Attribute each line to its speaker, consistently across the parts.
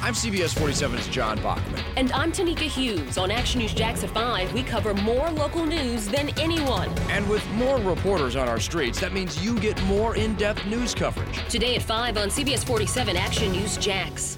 Speaker 1: I'm CBS 47's John Bachman.
Speaker 2: And I'm Tanika Hughes. On Action News Jax at 5, we cover more local news than anyone.
Speaker 1: And with more reporters on our streets, that means you get more in depth news coverage.
Speaker 2: Today at 5 on CBS 47 Action News Jax.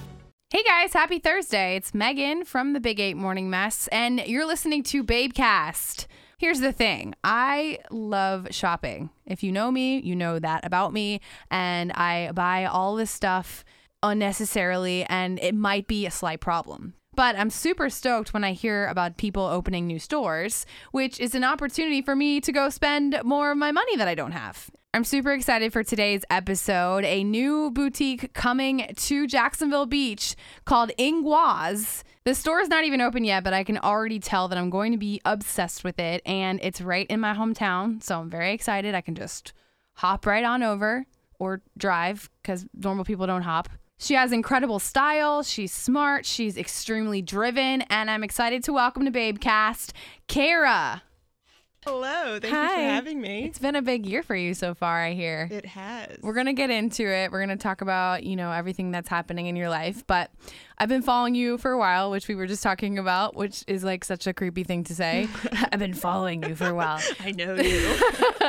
Speaker 3: Hey guys, happy Thursday. It's Megan from the Big Eight Morning Mess, and you're listening to Babecast. Here's the thing I love shopping. If you know me, you know that about me, and I buy all this stuff unnecessarily, and it might be a slight problem. But I'm super stoked when I hear about people opening new stores, which is an opportunity for me to go spend more of my money that I don't have. I'm super excited for today's episode. A new boutique coming to Jacksonville Beach called Ingwaz. The store is not even open yet, but I can already tell that I'm going to be obsessed with it. And it's right in my hometown. So I'm very excited. I can just hop right on over or drive because normal people don't hop. She has incredible style. She's smart. She's extremely driven. And I'm excited to welcome to Babecast, Kara.
Speaker 4: Hello, thank you for
Speaker 3: Hi.
Speaker 4: having me.
Speaker 3: It's been a big year for you so far, I hear.
Speaker 4: It has.
Speaker 3: We're going to get into it. We're going to talk about, you know, everything that's happening in your life. But I've been following you for a while, which we were just talking about, which is like such a creepy thing to say. I've been following you for a while.
Speaker 4: I know you.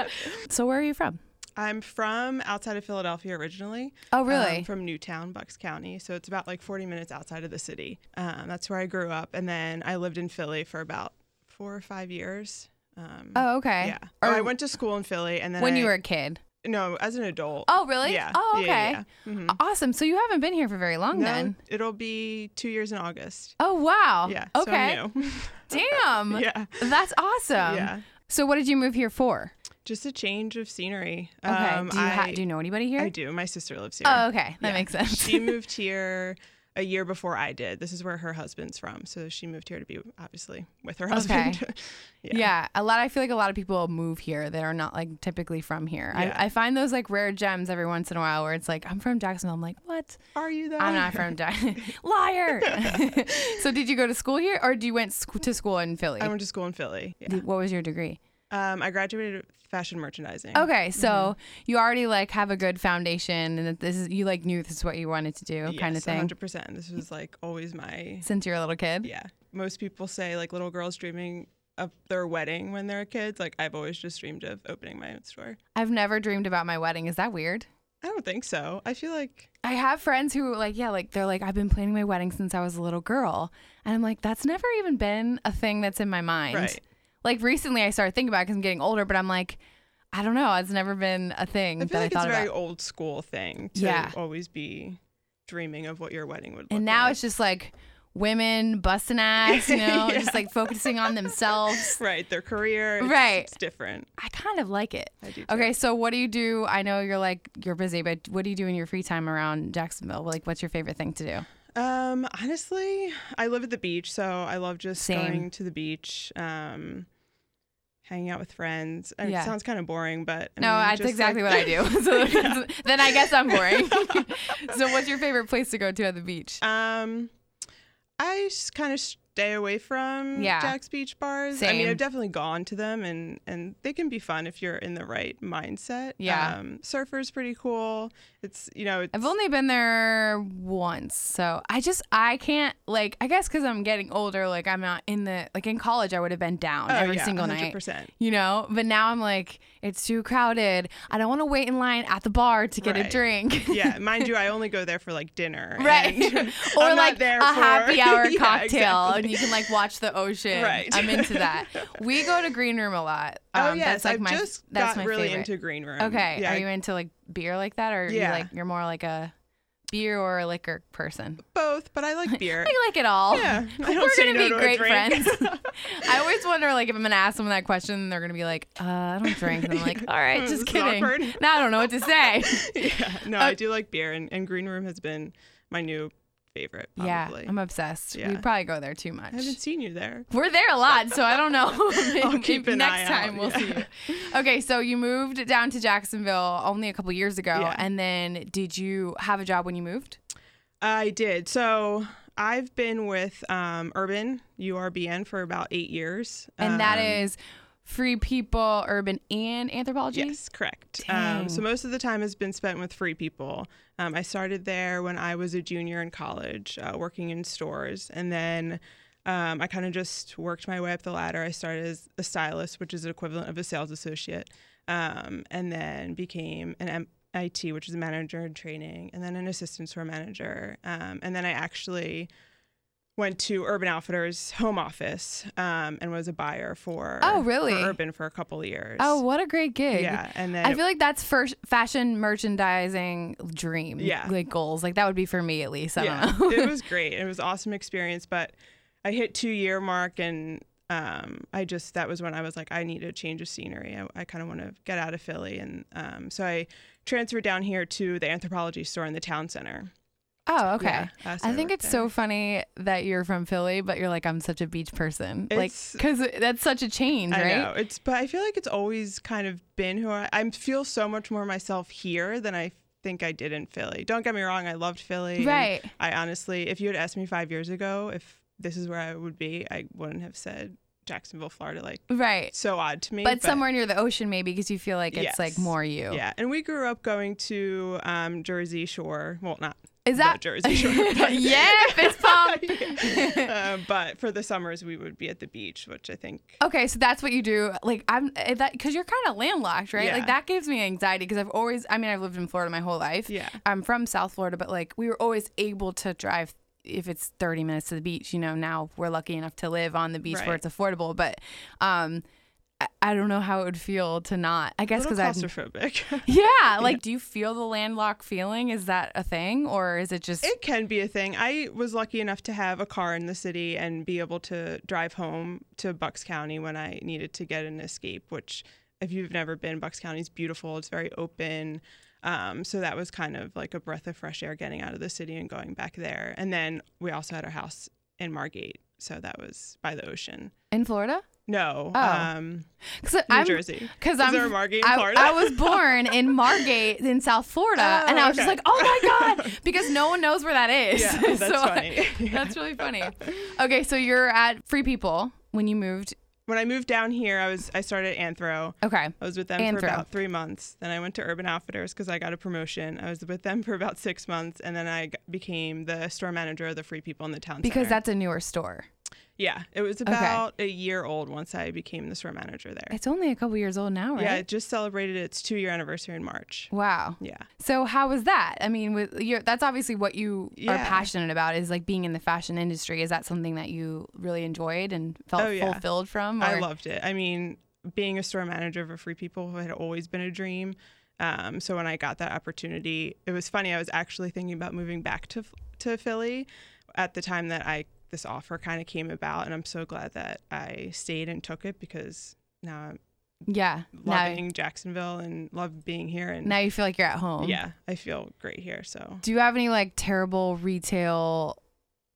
Speaker 3: So, where are you from?
Speaker 4: I'm from outside of Philadelphia originally.
Speaker 3: Oh, really?
Speaker 4: Um, from Newtown, Bucks County. So it's about like 40 minutes outside of the city. Um, that's where I grew up. And then I lived in Philly for about four or five years. Um,
Speaker 3: Oh, okay.
Speaker 4: Yeah.
Speaker 3: Or
Speaker 4: Or I went to school in Philly. And then
Speaker 3: when
Speaker 4: I-
Speaker 3: you were a kid.
Speaker 4: No, as an adult.
Speaker 3: Oh, really?
Speaker 4: Yeah.
Speaker 3: Oh,
Speaker 4: Yeah,
Speaker 3: okay.
Speaker 4: yeah, yeah. Mhm.
Speaker 3: Awesome. So, you haven't been here for very long
Speaker 4: No,
Speaker 3: then.
Speaker 4: it'll be two years in August.
Speaker 3: Oh, wow.
Speaker 4: Yeah. so
Speaker 3: Okay.
Speaker 4: I'm new.
Speaker 3: Damn.
Speaker 4: Yeah.
Speaker 3: That's awesome.
Speaker 4: Yeah.
Speaker 3: So, what did you move here for?
Speaker 4: Just a change of scenery.
Speaker 3: Okay.
Speaker 4: Um,
Speaker 3: do, you ha-
Speaker 4: I-
Speaker 3: do you know anybody here?
Speaker 4: I do. My sister lives here.
Speaker 3: Oh, okay. That
Speaker 4: Yeah.
Speaker 3: makes sense.
Speaker 4: she moved here a year before I did. This is where her husband's from, so she moved here to be obviously with her husband.
Speaker 3: Yeah. a lot. I feel like a lot of people move here that are not like typically from here.
Speaker 4: Yeah.
Speaker 3: I, I find those like rare gems every once in a while where it's like I'm from Jacksonville. I'm like, what?
Speaker 4: Are you though?
Speaker 3: I'm not from Jacksonville. Liar. so did you go to school here, or do you went sc- to school in Philly?
Speaker 4: I went to school in Philly. Yeah.
Speaker 3: Did- what was your degree?
Speaker 4: Um, I graduated with fashion merchandising.
Speaker 3: Okay, so you already like have a good foundation, and that this is you like knew this is what you wanted to do, kind of
Speaker 4: Yes,
Speaker 3: thing.
Speaker 4: 100%. This was like always my
Speaker 3: Since you're a little kid.
Speaker 4: yeah. Most people say like little girls dreaming of their wedding when they're kids. Like I've always just dreamed of opening my own store.
Speaker 3: I've never dreamed about my wedding. Is that weird?
Speaker 4: I don't think so. I feel like
Speaker 3: I have friends who like, yeah, like they're like, I've been planning my wedding since I was a little girl. And I'm like, that's never even been a thing that's in my mind.
Speaker 4: Right.
Speaker 3: Like recently I started thinking about it because I'm getting older, but I'm like, I don't know. It's never been a thing
Speaker 4: I
Speaker 3: that
Speaker 4: feel like
Speaker 3: I
Speaker 4: it's a
Speaker 3: thought
Speaker 4: very
Speaker 3: about.
Speaker 4: old school thing to
Speaker 3: Yeah.
Speaker 4: always be dreaming of what your wedding would look
Speaker 3: And now
Speaker 4: like.
Speaker 3: it's just like women busting ass, you know, just like focusing on themselves.
Speaker 4: right their career it's-
Speaker 3: Right.
Speaker 4: it's different
Speaker 3: I kind of like it.
Speaker 4: I do too.
Speaker 3: Okay, so what do you do? I know you're like you're busy, but what do you do in your free time around Jacksonville? Like, what's your favorite thing to do?
Speaker 4: um honestly i live at the beach so i love just
Speaker 3: Same.
Speaker 4: going to the beach um hanging out with friends I mean,
Speaker 3: Yeah.
Speaker 4: it sounds kind of boring but I
Speaker 3: No,
Speaker 4: mean,
Speaker 3: that's
Speaker 4: just,
Speaker 3: exactly
Speaker 4: like-
Speaker 3: what I do. So then I guess I'm boring. so what's your favorite place to go to at the beach?
Speaker 4: um i just kind of stay away from
Speaker 3: Yeah.
Speaker 4: jack's beach bars i mean
Speaker 3: Same.
Speaker 4: i've definitely gone to them and and they can be fun if you're in the right mindset
Speaker 3: Yeah.
Speaker 4: um surfer's pretty cool it's you know it's
Speaker 3: I've only been there once, so I just I can't like I guess because I'm getting older, like I'm not in the like in college I would have been down
Speaker 4: oh,
Speaker 3: every
Speaker 4: yeah,
Speaker 3: single
Speaker 4: 100%.
Speaker 3: night. you know but now i'm like it's too crowded i don't want to wait in line at the bar to get a
Speaker 4: Right.
Speaker 3: drink
Speaker 4: yeah, mind you, I only go there for like dinner,
Speaker 3: right
Speaker 4: and
Speaker 3: or
Speaker 4: I'm not
Speaker 3: like
Speaker 4: there
Speaker 3: a
Speaker 4: for-
Speaker 3: happy hour
Speaker 4: Yeah,
Speaker 3: cocktail and
Speaker 4: exactly.
Speaker 3: you can like watch the ocean
Speaker 4: Right.
Speaker 3: i'm into that we go to green room a lot
Speaker 4: Oh
Speaker 3: Um, that's
Speaker 4: yes,
Speaker 3: like
Speaker 4: I've
Speaker 3: my
Speaker 4: just
Speaker 3: that's
Speaker 4: got
Speaker 3: my
Speaker 4: really
Speaker 3: favorite.
Speaker 4: into green room.
Speaker 3: okay
Speaker 4: yeah,
Speaker 3: are you into like beer like that or
Speaker 4: Yeah.
Speaker 3: you like you're more like a beer or a liquor person
Speaker 4: both? But I like beer.
Speaker 3: I like it all.
Speaker 4: Yeah, I don't
Speaker 3: We're
Speaker 4: say
Speaker 3: gonna
Speaker 4: no
Speaker 3: be
Speaker 4: to a
Speaker 3: great
Speaker 4: drink.
Speaker 3: friends. I always wonder, like, if I'm gonna ask someone that question, they're gonna be like, "Uh, I don't drink." And I'm like, "All right,
Speaker 4: This
Speaker 3: just
Speaker 4: is
Speaker 3: kidding."
Speaker 4: awkward.
Speaker 3: Now I don't know what to say.
Speaker 4: yeah, no, I do like beer, and, and green room has been my new favorite. Probably.
Speaker 3: yeah, I'm obsessed. We
Speaker 4: Yeah.
Speaker 3: probably go there too much.
Speaker 4: I haven't seen you there.
Speaker 3: We're there a lot, so I don't know. Maybe-
Speaker 4: I'll keep
Speaker 3: maybe
Speaker 4: an
Speaker 3: next
Speaker 4: eye out,
Speaker 3: time we'll
Speaker 4: yeah.
Speaker 3: see you. Okay, so you moved down to Jacksonville only a couple years ago,
Speaker 4: Yeah.
Speaker 3: and then did you have a job when you moved?
Speaker 4: I did. So I've been with um, Urban URBN for about eight years,
Speaker 3: And that
Speaker 4: Um,
Speaker 3: is Free People, Urban, and Anthropology?
Speaker 4: Yes, correct. Um, so most of the time has been spent with free people. Um, I started there when I was a junior in college, uh, working in stores, and then um, I kind of just worked my way up the ladder. I started as a stylist, which is the equivalent of a sales associate, um, and then became an M- IT, which is a manager in training, and then an assistant store manager, um, and then I actually. Went to Urban Outfitters home office um, and was a buyer for
Speaker 3: Oh, really?
Speaker 4: for Urban for a couple years.
Speaker 3: Oh, what a great gig.
Speaker 4: Yeah, and then
Speaker 3: I
Speaker 4: it-
Speaker 3: feel like that's first fashion merchandising dream.
Speaker 4: Yeah.
Speaker 3: Like goals. Like that would be for me at least. I
Speaker 4: yeah,
Speaker 3: don't know.
Speaker 4: it was great. It was awesome experience, but I hit two year mark and um, I just that was when I was like, I need a change of scenery. I, I kind of want to get out of Philly, and um, so I transferred down here to the anthropology store in the town center.
Speaker 3: oh, okay.
Speaker 4: Yeah, uh, so
Speaker 3: I
Speaker 4: I
Speaker 3: think
Speaker 4: worked
Speaker 3: it's so funny that you're from Philly, but you're like, I'm such a beach person. like,
Speaker 4: It's-
Speaker 3: because that's such a change,
Speaker 4: I
Speaker 3: right?
Speaker 4: know it's, but I feel like it's always kind of been who I. I feel so much more myself here than I think I did in Philly. Don't get me wrong, I loved Philly. and
Speaker 3: Right.
Speaker 4: I honestly, if you had asked me five years ago if this is where I would be, I wouldn't have said Jacksonville, Florida. Like
Speaker 3: Right.
Speaker 4: so odd to me.
Speaker 3: But, somewhere near the ocean, maybe, because you feel like it's like
Speaker 4: Yes.
Speaker 3: more you.
Speaker 4: Yeah, and we grew up going to um, Jersey Shore. Well, not
Speaker 3: Is
Speaker 4: the
Speaker 3: that
Speaker 4: Jersey Shore? but-
Speaker 3: yeah, fist pump.
Speaker 4: Uh, but for the summers, we would be at the beach, which I think.
Speaker 3: Okay, so that's what you do. Like I'm eh, that because you're kind of landlocked, right? Like
Speaker 4: Yeah.
Speaker 3: that gives me anxiety because I've always, I mean, I've lived in Florida my whole life.
Speaker 4: Yeah.
Speaker 3: I'm from South Florida, but like we were always able to drive if it's 30 minutes to the beach. You know, now we're lucky enough to live on the beach where
Speaker 4: Right.
Speaker 3: it's affordable, but um, I, I don't know how it would feel to not. I guess
Speaker 4: Little
Speaker 3: because Oh, I've
Speaker 4: claustrophobic.
Speaker 3: yeah, like do you feel the landlocked feeling? Is that a thing or is it just
Speaker 4: it can be a thing. I was lucky enough to have a car in the city and be able to drive home to Bucks County when I needed to get an escape. Which, if you've never been, Bucks County is beautiful. It's very open. Um, so that was kind of like a breath of fresh air getting out of the city and going back there. And then we also had our house in Margate, so that was by the ocean.
Speaker 3: in Florida?
Speaker 4: No,
Speaker 3: Oh.
Speaker 4: um,
Speaker 3: Cause
Speaker 4: New
Speaker 3: I'm,
Speaker 4: Jersey.
Speaker 3: Because
Speaker 4: Is
Speaker 3: I'm
Speaker 4: there a Margate in
Speaker 3: I,
Speaker 4: Florida?
Speaker 3: I was born in Margate in South Florida,
Speaker 4: Oh,
Speaker 3: and I was just
Speaker 4: okay.
Speaker 3: like, "Oh my god!" Because no one knows where that is.
Speaker 4: Yeah, that's
Speaker 3: So,
Speaker 4: funny.
Speaker 3: that's really funny. Okay, so you're at Free People when you moved.
Speaker 4: when I moved down here, I was I started Anthro.
Speaker 3: Okay,
Speaker 4: I was with them
Speaker 3: Anthro.
Speaker 4: for about three months. Then I went to Urban Outfitters because I got a promotion. I was with them for about six months, and then I g- became the store manager of the Free People in the town.
Speaker 3: because
Speaker 4: center.
Speaker 3: that's a newer store.
Speaker 4: yeah, it was about a year old once I became the store manager there.
Speaker 3: It's only a couple years old now, right?
Speaker 4: Yeah, it just celebrated its two year anniversary in March.
Speaker 3: Wow.
Speaker 4: Yeah.
Speaker 3: So how was that? I mean, with your, that's obviously what you are
Speaker 4: Yeah.
Speaker 3: passionate about is like being in the fashion industry. Is that something that you really enjoyed and felt
Speaker 4: Oh, yeah.
Speaker 3: fulfilled from?
Speaker 4: I
Speaker 3: or-
Speaker 4: loved it. I mean, being a store manager for Free People had always been a dream. Um, so when I got that opportunity, it was funny. I was actually thinking about moving back to to Philly at the time that I this offer kind of came about, and I'm so glad that I stayed and took it because now I'm
Speaker 3: Yeah. Now,
Speaker 4: loving Jacksonville and love being here. And
Speaker 3: now you feel like you're at home.
Speaker 4: yeah, I feel great here. So
Speaker 3: Do you have any like terrible retail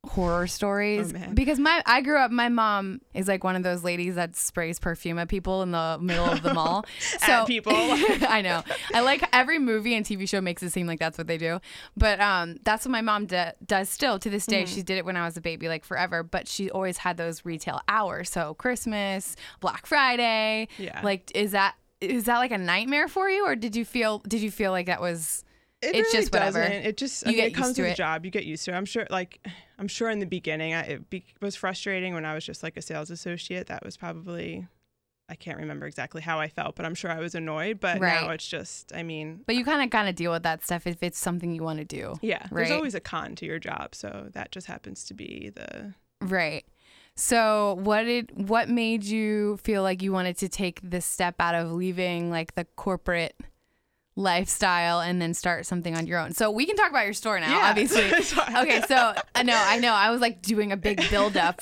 Speaker 3: horror stories?
Speaker 4: Oh, man.
Speaker 3: because my I grew up, my mom is like one of those ladies that sprays perfume at people in the middle of the mall. so
Speaker 4: At people.
Speaker 3: I know. I like every movie and TV show makes it seem like that's what they do, but um, that's what my mom de- does still to this
Speaker 4: Mm-hmm.
Speaker 3: day. She did it when I was a baby, like forever. But she always had those retail hours, so Christmas, Black Friday.
Speaker 4: Yeah.
Speaker 3: Like, is that is that like a nightmare for you, or did you feel did you feel like that was
Speaker 4: it
Speaker 3: It's
Speaker 4: really
Speaker 3: just whatever.
Speaker 4: doesn't. It just I
Speaker 3: You
Speaker 4: mean,
Speaker 3: get
Speaker 4: it
Speaker 3: used
Speaker 4: comes
Speaker 3: to
Speaker 4: with
Speaker 3: it.
Speaker 4: the job. You get used to. it. I'm sure. Like I'm sure in the beginning, I, it be, was frustrating when I was just like a sales associate. That was probably I can't remember exactly how I felt, but I'm sure I was annoyed. But now
Speaker 3: Right.
Speaker 4: it's just. I mean,
Speaker 3: But you kind of kind of deal with that stuff if it's something you want to do.
Speaker 4: yeah. There's
Speaker 3: Right.
Speaker 4: always a con to your job, so that just happens to be the.
Speaker 3: Right. So what did what made you feel like you wanted to take this step out of leaving like the corporate lifestyle and then start something on your own? So we can talk about your store now,
Speaker 4: Yeah.
Speaker 3: obviously.
Speaker 4: Sorry.
Speaker 3: okay, so I know, I know. I was like doing a big build up.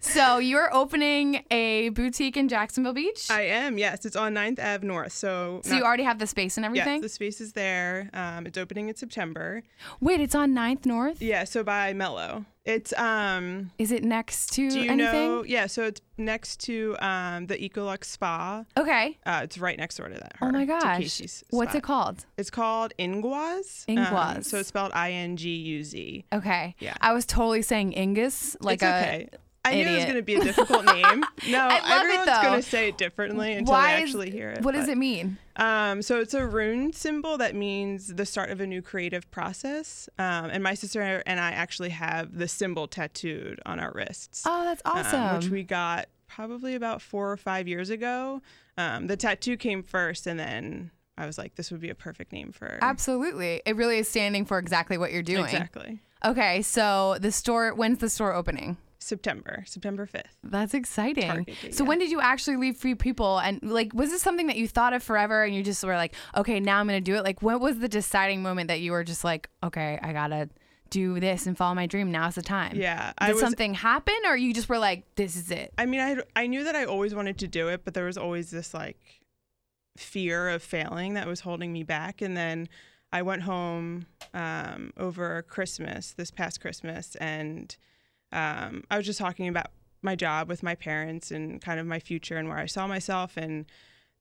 Speaker 3: so you're opening a boutique in Jacksonville Beach.
Speaker 4: I am yes. It's on 9th Ave North. So.
Speaker 3: so you
Speaker 4: not-
Speaker 3: already have the space and
Speaker 4: Yes,
Speaker 3: everything?
Speaker 4: the space is there. Um, it's opening in September.
Speaker 3: Wait, it's on 9th North?
Speaker 4: Yeah, so by Mellow. It's um
Speaker 3: Is it next to
Speaker 4: Do you
Speaker 3: anything?
Speaker 4: know? Yeah, so it's next to um, the Ecolux Spa.
Speaker 3: Okay.
Speaker 4: Uh, it's right next door to that.
Speaker 3: Oh
Speaker 4: her-
Speaker 3: my
Speaker 4: to
Speaker 3: gosh.
Speaker 4: Casey's
Speaker 3: What's
Speaker 4: spot.
Speaker 3: it called?
Speaker 4: It's called Inguaz. Um,
Speaker 3: Inguaz.
Speaker 4: so it's spelled I N G U Z.
Speaker 3: Okay.
Speaker 4: Yeah.
Speaker 3: I was totally saying Ingus, like
Speaker 4: It's okay.
Speaker 3: a
Speaker 4: I knew it was
Speaker 3: Idiot.
Speaker 4: going to be a difficult name. No,
Speaker 3: I love it,
Speaker 4: everyone's going
Speaker 3: though.
Speaker 4: to say it differently until
Speaker 3: Why
Speaker 4: I
Speaker 3: is-
Speaker 4: actually hear it.
Speaker 3: What does
Speaker 4: but-
Speaker 3: it mean?
Speaker 4: Um, so it's a rune symbol that means the start of a new creative process. Um, and my sister and I actually have the symbol tattooed on our wrists,
Speaker 3: Oh, that's
Speaker 4: um,
Speaker 3: awesome.
Speaker 4: which we got probably about four or five years ago. Um, the tattoo came first, and then I was like, this would be a perfect name for
Speaker 3: Absolutely. It really is standing for exactly what you're doing.
Speaker 4: exactly
Speaker 3: Okay, so the store when's the store opening?
Speaker 4: September, September fifth.
Speaker 3: That's exciting.
Speaker 4: Target date,
Speaker 3: so
Speaker 4: yeah.
Speaker 3: when did you actually leave Free People and like was this something that you thought of forever and you just were like, okay, now I'm gonna do it? Like what was the deciding moment that you were just like, okay, I gotta do this and follow my dream. Now's the time.
Speaker 4: Yeah,
Speaker 3: Did
Speaker 4: I was-
Speaker 3: something happen or you just were like, this is it?
Speaker 4: I mean, I had- I knew that I always wanted to do it, but there was always this like fear of failing that was holding me back. And then I went home um, over Christmas, this past Christmas, and um, I was just talking about my job with my parents and kind of my future and where I saw myself and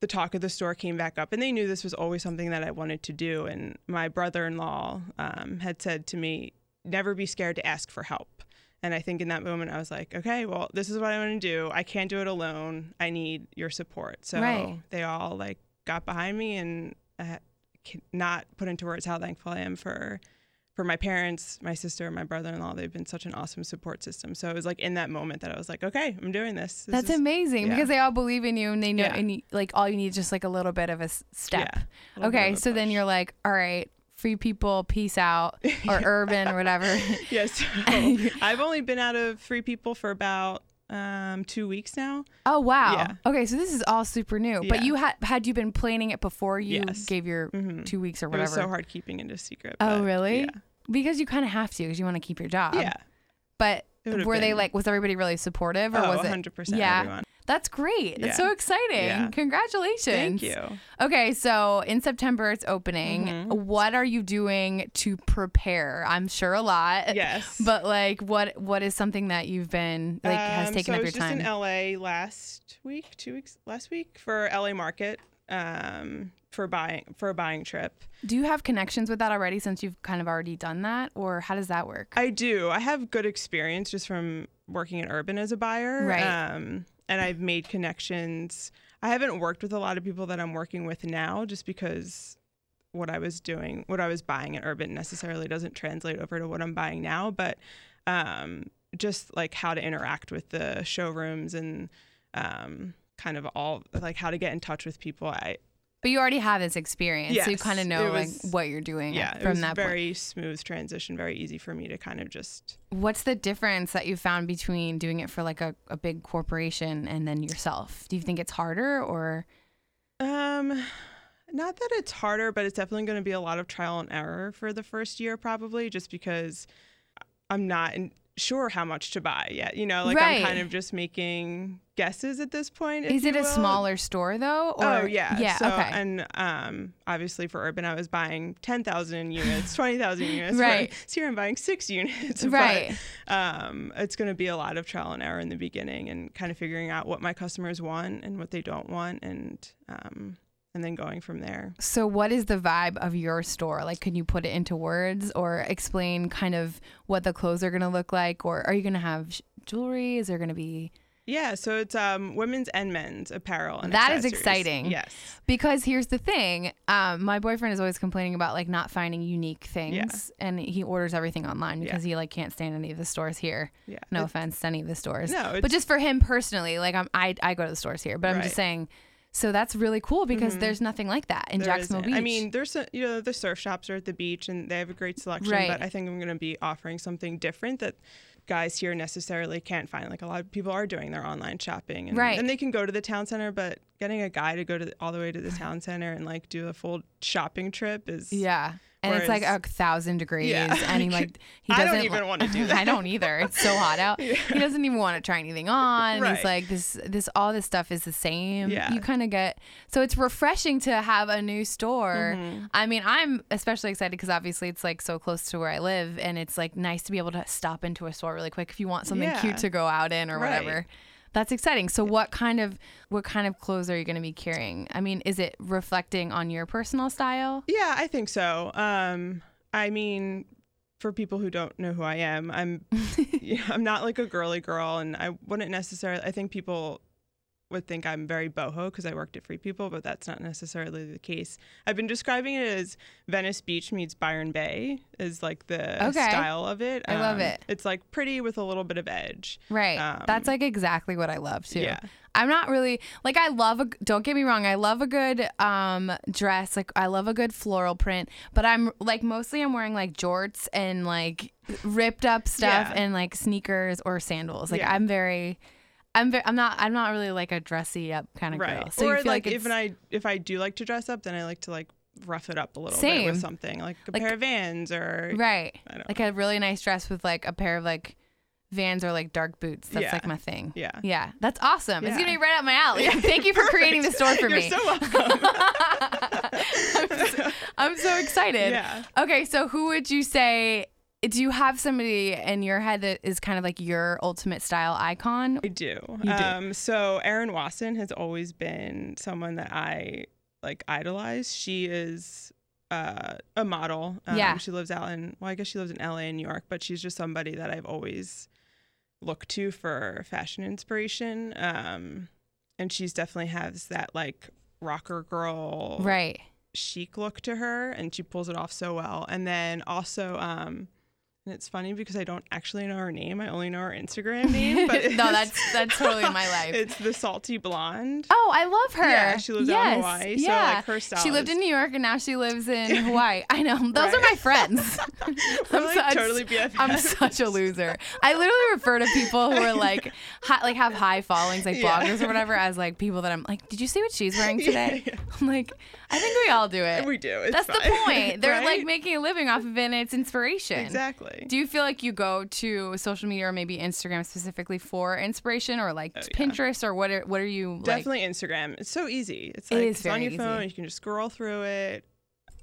Speaker 4: the talk of the store came back up and they knew this was always something that I wanted to do and my brother-in-law um, had said to me never be scared to ask for help and I think in that moment I was like okay well this is what I want to do I can't do it alone I need your support so
Speaker 3: Right.
Speaker 4: they all like got behind me and I cannot put into words how thankful I am for for my parents, my sister, my brother-in-law, they've been such an awesome support system. So it was like in that moment that I was like, okay, I'm doing this. This
Speaker 3: That's
Speaker 4: is-
Speaker 3: amazing
Speaker 4: yeah.
Speaker 3: because they all believe in you and they know
Speaker 4: Yeah.
Speaker 3: and you, like all you need is just like a little bit of a s- step.
Speaker 4: Yeah, a little bit
Speaker 3: okay,
Speaker 4: of a
Speaker 3: so then
Speaker 4: push.
Speaker 3: you're like, all right, free people, peace out or urban or whatever.
Speaker 4: Yes. so I've only been out of Free People for about um, two weeks now.
Speaker 3: Oh wow.
Speaker 4: Yeah.
Speaker 3: Okay, so this is all super new. But
Speaker 4: Yeah.
Speaker 3: you had had you been planning it before you
Speaker 4: Yes. Mm-hmm.
Speaker 3: gave your 2 weeks or
Speaker 4: It
Speaker 3: whatever.
Speaker 4: was so hard keeping it a secret.
Speaker 3: Oh
Speaker 4: but
Speaker 3: really? Um,
Speaker 4: Yeah.
Speaker 3: Because you kind of have to because you want to keep your job.
Speaker 4: Yeah.
Speaker 3: But
Speaker 4: It would've
Speaker 3: were they
Speaker 4: been-
Speaker 3: like was everybody really supportive or
Speaker 4: Oh,
Speaker 3: was it
Speaker 4: 100%
Speaker 3: Yeah.
Speaker 4: everyone.
Speaker 3: That's great. That's
Speaker 4: Yeah.
Speaker 3: so exciting.
Speaker 4: Yeah.
Speaker 3: Congratulations.
Speaker 4: Thank you.
Speaker 3: Okay, so in September it's opening.
Speaker 4: Mm-hmm.
Speaker 3: What are you doing to prepare? I'm sure a lot.
Speaker 4: Yes.
Speaker 3: But like what what is something that you've been like has
Speaker 4: Um,
Speaker 3: taken
Speaker 4: so
Speaker 3: up
Speaker 4: I
Speaker 3: your
Speaker 4: was
Speaker 3: time?
Speaker 4: just in LA last week, two weeks last week for LA Market um, for buying for a buying trip.
Speaker 3: Do you have connections with that already since you've kind of already done that? Or how does that work?
Speaker 4: I do. I have good experience just from working in urban as a buyer.
Speaker 3: Right.
Speaker 4: Um, and I've made connections. I haven't worked with a lot of people that I'm working with now just because what I was doing, what I was buying in urban necessarily doesn't translate over to what I'm buying now. But um, just like how to interact with the showrooms and um, kind of all like how to get in touch with people. I,
Speaker 3: But you already have this experience, so you
Speaker 4: Yes,
Speaker 3: kind of know
Speaker 4: it
Speaker 3: like
Speaker 4: was-
Speaker 3: what you're doing
Speaker 4: yeah, it
Speaker 3: from
Speaker 4: was
Speaker 3: that point.
Speaker 4: very smooth transition, very easy for me to kind of just
Speaker 3: What's the difference that you found between doing it for like a, a big corporation and then yourself? Do you think it's harder or
Speaker 4: Um, not that it's harder, but it's definitely going to be a lot of trial and error for the first year, probably, just because I'm not in, sure how much to buy yet. You know, like
Speaker 3: Right.
Speaker 4: I'm kind of just making guesses at this point. if
Speaker 3: is it
Speaker 4: you
Speaker 3: a
Speaker 4: will.
Speaker 3: smaller store though? Or
Speaker 4: Oh yeah,
Speaker 3: Yeah,
Speaker 4: So,
Speaker 3: okay.
Speaker 4: And um, obviously for urban, I was buying ten thousand units, twenty thousand units.
Speaker 3: Right.
Speaker 4: For, so here I'm buying six units. but,
Speaker 3: Right.
Speaker 4: um, it's going to be a lot of trial and error in the beginning, and kind of figuring out what my customers want and what they don't want, and um, and then going from there.
Speaker 3: So, what is the vibe of your store? Like, can you put it into words or explain kind of what the clothes are going to look like? Or are you going to have sh- jewelry? Is there going to be.
Speaker 4: Yeah, so it's um, women's and men's apparel. And
Speaker 3: That is
Speaker 4: accessories.
Speaker 3: exciting.
Speaker 4: Yes.
Speaker 3: Because here's the thing um, my boyfriend is always complaining about like not finding unique things. And he orders everything online because he like can't stand any of the stores here.
Speaker 4: Yeah,
Speaker 3: No
Speaker 4: it's-
Speaker 3: offense to any of the stores.
Speaker 4: No,
Speaker 3: But
Speaker 4: it's-
Speaker 3: just for him personally, like I'm, I, I go to the stores here, but I'm just
Speaker 4: Right. Mm-hmm.
Speaker 3: saying. So that's really cool because there's nothing like that in
Speaker 4: There
Speaker 3: Jacksonville
Speaker 4: isn't.
Speaker 3: Beach.
Speaker 4: I mean, there's some, you know the surf shops are at the beach and they have a great selection,
Speaker 3: Right.
Speaker 4: but I think I'm going to be offering something different that guys here necessarily can't find. Like a lot of people are doing their online shopping, and,
Speaker 3: Right.
Speaker 4: And they can go to the town center, but getting a guy to go to the, all the way to the town center and like do a full shopping trip is
Speaker 3: Yeah. And it's like a
Speaker 4: Whereas-
Speaker 3: thousand degrees,
Speaker 4: Yeah.
Speaker 3: and he like he
Speaker 4: I
Speaker 3: doesn't.
Speaker 4: don't even
Speaker 3: li-
Speaker 4: wanna do
Speaker 3: I don't either. It's so hot out. He doesn't even want to try anything on. and He's
Speaker 4: Right.
Speaker 3: like this, this, all this stuff is the same.
Speaker 4: Yeah.
Speaker 3: You kind of get so it's refreshing to have a new store.
Speaker 4: Mm-hmm.
Speaker 3: I mean, I'm especially excited because obviously it's like so close to where I live, and it's like nice to be able to stop into a store really quick if you want something
Speaker 4: Yeah.
Speaker 3: cute to go out in or
Speaker 4: Right.
Speaker 3: whatever. That's exciting. So, what kind of what kind of clothes are you going to be carrying? I mean, is it reflecting on your personal style?
Speaker 4: Yeah, I think so. Um, I mean, for people who don't know who I am, I'm yeah, I'm not like a girly girl, and I wouldn't necessarily. I think people would think I'm very boho because I worked at Free People, but that's not necessarily the case. I've been describing it as Venice Beach meets Byron Bay is like the
Speaker 3: Okay.
Speaker 4: style of it. Um,
Speaker 3: I love it.
Speaker 4: It's like pretty with a little bit of edge.
Speaker 3: Right.
Speaker 4: Um,
Speaker 3: That's like exactly what I love too.
Speaker 4: yeah.
Speaker 3: I'm not really like I love a don't get me wrong, I love a good um dress. Like I love a good floral print, but I'm like mostly I'm wearing like jorts and like ripped up stuff
Speaker 4: Yeah.
Speaker 3: and like sneakers or sandals. Like
Speaker 4: Yeah.
Speaker 3: I'm very I'm very, I'm not I'm not really like a dressy up kind of
Speaker 4: right.
Speaker 3: girl. So
Speaker 4: or
Speaker 3: you feel
Speaker 4: like,
Speaker 3: like,
Speaker 4: if
Speaker 3: it's,
Speaker 4: I if I do like to dress up, then I like to like rough it up a little bit
Speaker 3: Same.
Speaker 4: with something like a
Speaker 3: Like-
Speaker 4: pair of Vans or
Speaker 3: right.
Speaker 4: I don't
Speaker 3: Like a really nice dress with like a pair of like Vans or like dark boots. That's
Speaker 4: Yeah.
Speaker 3: like my thing.
Speaker 4: Yeah.
Speaker 3: Yeah. That's awesome. It's
Speaker 4: Yeah.
Speaker 3: gonna be right up my alley. Thank you for creating the store for
Speaker 4: You're
Speaker 3: me.
Speaker 4: so welcome.
Speaker 3: I'm so excited.
Speaker 4: Yeah.
Speaker 3: Okay, so who would you say? Do you have somebody in your head that is kind of like your ultimate style icon?
Speaker 4: I do. Um, so Erin Wasson has always been someone that I like idolize. She is uh, a model. Um,
Speaker 3: Yeah.
Speaker 4: She lives out in well, I guess she lives in LA and New York, but she's just somebody that I've always looked to for fashion inspiration. Um, and she's definitely has that like rocker girl
Speaker 3: Right.
Speaker 4: chic look to her and she pulls it off so well and then also um and it's funny because i don't actually know her name i only know her instagram name but it's-
Speaker 3: no, that's that's totally my life.
Speaker 4: it's the salty blonde
Speaker 3: Oh, I love her.
Speaker 4: Yeah, she lives out in
Speaker 3: Yes,
Speaker 4: Hawaii, so,
Speaker 3: Yeah.
Speaker 4: like, her style
Speaker 3: She lived
Speaker 4: is-
Speaker 3: in New York and now she lives in Hawaii. I know. Those are my friends. I'm,
Speaker 4: We're, like,
Speaker 3: such-
Speaker 4: totally BFFs.
Speaker 3: I'm such a loser. I literally refer to people who are like hi, like have high followings, like
Speaker 4: Yeah.
Speaker 3: bloggers or whatever, as like people that I'm like, did you see what she's wearing today?
Speaker 4: yeah.
Speaker 3: I'm like, I think we all do it.
Speaker 4: we do it's
Speaker 3: That's the
Speaker 4: fine.
Speaker 3: point. They're like
Speaker 4: Right?
Speaker 3: making a living off of it and it's inspiration.
Speaker 4: exactly
Speaker 3: Do you feel like you go to social media or maybe Instagram specifically for inspiration or like Pinterest or what are what are you like?
Speaker 4: Oh, definitely instagram it's so easy it's
Speaker 3: It
Speaker 4: like
Speaker 3: is
Speaker 4: it's on
Speaker 3: very
Speaker 4: your phone
Speaker 3: easy.
Speaker 4: you can just scroll through it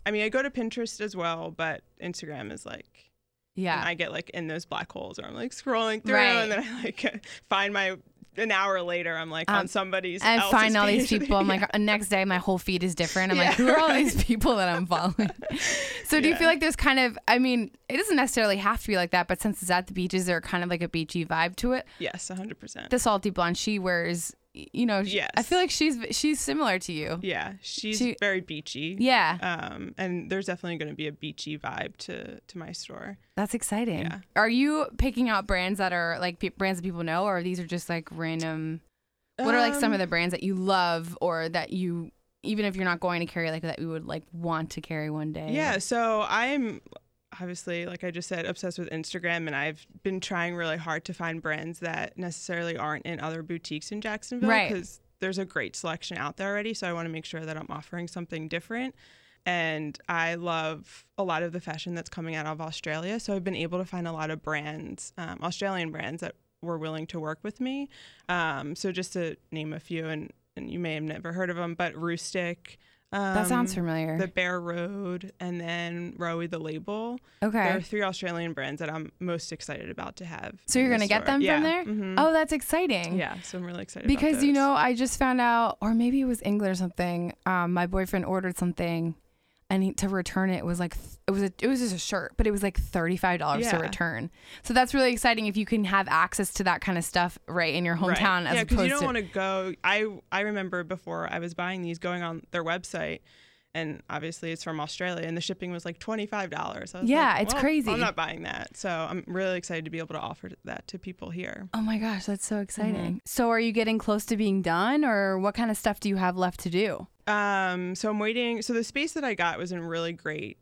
Speaker 4: i mean i go to pinterest as well but instagram is like
Speaker 3: Yeah.
Speaker 4: and I get like in those black holes where I'm like scrolling through
Speaker 3: Right.
Speaker 4: and then I like find my an hour later I'm like on somebody's
Speaker 3: I
Speaker 4: else's
Speaker 3: Um, find all these
Speaker 4: page.
Speaker 3: people. I'm like, the next day, my whole feed is different. I'm like, who are all these people that I'm following? so, do you feel like there's kind of, I mean, it doesn't necessarily have to be like that, but since it's at the beaches, there kind of like a beachy vibe to it.
Speaker 4: yes 100%.
Speaker 3: The salty blonde she wears, y- you know, sh- I
Speaker 4: Yes.
Speaker 3: feel like she's she's similar to you.
Speaker 4: yeah, she's
Speaker 3: She-
Speaker 4: very beachy.
Speaker 3: Yeah.
Speaker 4: Um and there's definitely going to be a beachy vibe to to my store.
Speaker 3: That's exciting. Are you picking out brands that are like pe- brands that people know, or these are just like random? What are like some
Speaker 4: Um,
Speaker 3: of the brands that you love, or that you even if you're not going to carry, like that you would like want to carry one day?
Speaker 4: Yeah, so I'm obviously like I just said obsessed with Instagram and I've been trying really hard to find brands that necessarily aren't in other boutiques in Jacksonville
Speaker 3: Right.
Speaker 4: cuz there's a great selection out there already, so I want to make sure that I'm offering something different. And I love a lot of the fashion that's coming out of Australia, so I've been able to find a lot of brands, um, Australian brands that were willing to work with me. Um, so just to name a few, and, and you may have never heard of them, but Roostic. Um,
Speaker 3: That sounds familiar.
Speaker 4: the Bear Road, and then Rowie the Label. There
Speaker 3: Okay.
Speaker 4: are three Australian brands that I'm most excited about to have.
Speaker 3: So
Speaker 4: in
Speaker 3: you're
Speaker 4: the
Speaker 3: gonna get
Speaker 4: store.
Speaker 3: them
Speaker 4: Yeah,
Speaker 3: from there?
Speaker 4: mhm.
Speaker 3: Oh, that's exciting.
Speaker 4: Yeah, so I'm really excited about
Speaker 3: Because you
Speaker 4: those.
Speaker 3: know, I just found out, or maybe it was England or something. Um, my boyfriend ordered something, and he, to return it was like th- it was a, it was just a shirt, but it was like thirty five dollars to
Speaker 4: Yeah.
Speaker 3: return. So that's really exciting if you can have access to that kind of stuff right in your
Speaker 4: Right.
Speaker 3: hometown as
Speaker 4: yeah, because
Speaker 3: opposed
Speaker 4: you don't
Speaker 3: to
Speaker 4: want to go. I I remember before I was buying these, going on their website, and obviously it's from Australia, and the shipping was like twenty five dollars.
Speaker 3: Yeah, it's crazy.
Speaker 4: I'm not buying that, so I'm really excited to be able to offer that to people here.
Speaker 3: Oh my gosh, that's
Speaker 4: Mm-hmm.
Speaker 3: so exciting. So, are you getting close to being done, or what kind of stuff do you have left to do?
Speaker 4: Um, so I'm waiting. So the space that I got was in really great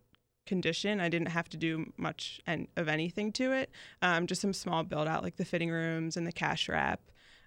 Speaker 4: condition. I didn't have to do much and of anything to it. Um, just some small build out, like the fitting rooms and the cash wrap.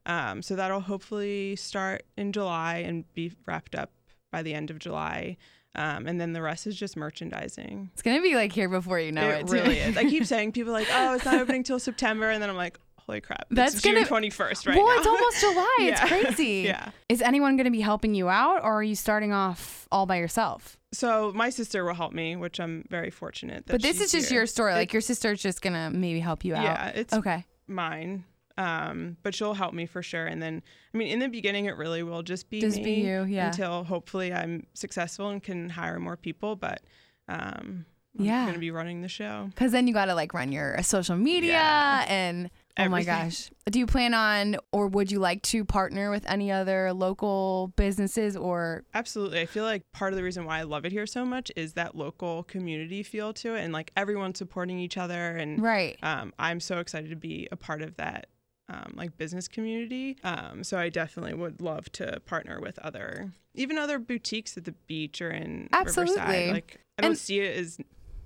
Speaker 4: Um, so that'll hopefully start in July and be wrapped up by the end of July. Um, and then the rest is just merchandising.
Speaker 3: It's gonna be like here before you know it.
Speaker 4: it
Speaker 3: too.
Speaker 4: really is. I keep saying people are like, oh, it's not opening till September, and then I'm like, holy crap,
Speaker 3: That's
Speaker 4: it's
Speaker 3: gonna-
Speaker 4: June 21st right
Speaker 3: well,
Speaker 4: now.
Speaker 3: it's almost July. It's
Speaker 4: Yeah.
Speaker 3: crazy.
Speaker 4: Yeah.
Speaker 3: Is anyone going to be helping you out, or are you starting off all by yourself?
Speaker 4: so my sister will help me, which I'm very fortunate. That
Speaker 3: but this
Speaker 4: she's
Speaker 3: is just
Speaker 4: here.
Speaker 3: your story. Like your sister's just gonna maybe help you out.
Speaker 4: Yeah, it's-
Speaker 3: okay.
Speaker 4: mine. Um, but she'll help me for sure. And then, I mean, in the beginning, it really will just be
Speaker 3: Just be
Speaker 4: me
Speaker 3: you, yeah.
Speaker 4: Until hopefully I'm successful and can hire more people. But um,
Speaker 3: Yeah.
Speaker 4: I'm going to be running the show.
Speaker 3: Because then you got to like run your uh, social media
Speaker 1: Yeah.
Speaker 3: and oh
Speaker 4: Everything.
Speaker 3: my gosh. Do you plan on or would you like to partner with any other local businesses or
Speaker 4: Absolutely. I feel like part of the reason why I love it here so much is that local community feel to it and like everyone supporting each other. And
Speaker 3: right?
Speaker 4: um, I'm so excited to be a part of that um, like business community. Um, so I definitely would love to partner with other, even other boutiques at the beach or in
Speaker 3: Absolutely.
Speaker 4: Riverside. Like I don't
Speaker 3: And-
Speaker 4: see it as,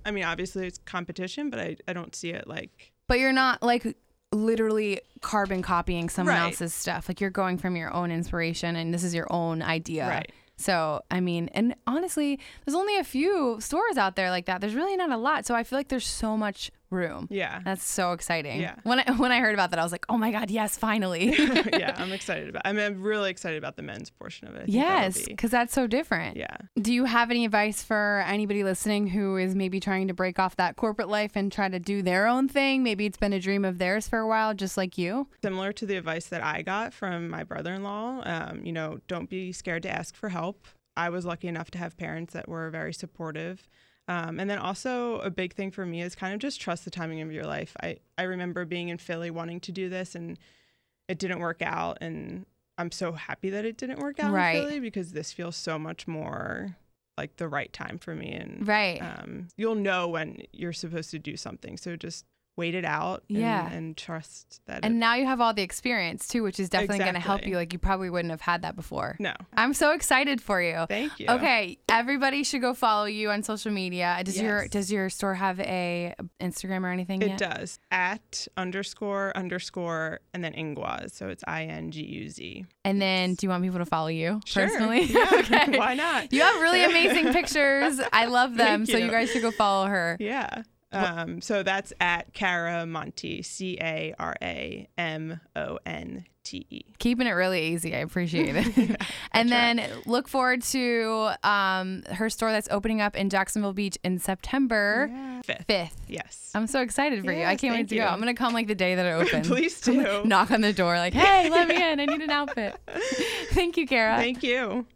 Speaker 4: I mean, obviously it's competition, but I, I don't see it like,
Speaker 3: But you're not like literally carbon copying someone
Speaker 4: Right.
Speaker 3: else's stuff. Like you're going from your own inspiration and this is your own idea.
Speaker 4: Right.
Speaker 3: So, I mean, and honestly, there's only a few stores out there like that. There's really not a lot. So I feel like there's so much room.
Speaker 4: yeah.
Speaker 3: That's so exciting.
Speaker 4: Yeah.
Speaker 3: When I when I heard about that, I was like, "Oh my god, yes, finally."
Speaker 4: yeah, I'm excited about. I mean, I'm really excited about the men's portion of it. I think that'll
Speaker 3: yes,
Speaker 4: be-
Speaker 3: cuz that's so different.
Speaker 4: Yeah.
Speaker 3: Do you have any advice for anybody listening who is maybe trying to break off that corporate life and try to do their own thing? Maybe it's been a dream of theirs for a while, just like you.
Speaker 4: Similar to the advice that I got from my brother-in-law, um, you know, don't be scared to ask for help. I was lucky enough to have parents that were very supportive. Um, and then also a big thing for me is kind of just trust the timing of your life. I, I remember being in Philly wanting to do this and it didn't work out and I'm so happy that it didn't work out
Speaker 3: Right.
Speaker 4: in Philly because this feels so much more like the right time for me and
Speaker 3: Right.
Speaker 4: um, you'll know when you're supposed to do something. So just wait it out and,
Speaker 3: Yeah.
Speaker 4: and trust that.
Speaker 3: And
Speaker 4: it,
Speaker 3: now you have all the experience too, which is definitely going to help
Speaker 4: Exactly.
Speaker 3: you. Like you probably wouldn't have had that before.
Speaker 4: no,
Speaker 3: I'm so excited for you.
Speaker 4: thank you.
Speaker 3: Okay, everybody should go follow you on social media. Does your
Speaker 4: Yes.
Speaker 3: does your store have a Instagram or anything
Speaker 4: It
Speaker 3: yet?
Speaker 4: does at underscore underscore and then Ingwaz. So it's I N G U Z.
Speaker 3: And then, do you want people to follow you personally?
Speaker 4: Sure. Yeah.
Speaker 3: okay.
Speaker 4: Why not?
Speaker 3: You have really amazing pictures. I love them.
Speaker 4: Thank
Speaker 3: So you
Speaker 4: you.
Speaker 3: guys should go follow her.
Speaker 4: Yeah. Um, so that's at Cara Monte, C A R A M O N T E.
Speaker 3: Keeping it really easy. I appreciate it. and then look forward to um, her store that's opening up in Jacksonville Beach in September
Speaker 4: Fifth.
Speaker 3: 5th.
Speaker 4: Yes.
Speaker 3: I'm so excited for you. I
Speaker 4: Yes,
Speaker 3: can't wait
Speaker 4: thank
Speaker 3: to go.
Speaker 4: you.
Speaker 3: I'm gonna come like the day that it opens.
Speaker 4: Please
Speaker 3: I'm gonna
Speaker 4: do.
Speaker 3: knock on the door like, hey, let me in. I need an outfit. Thank you, Kara.
Speaker 4: Thank you.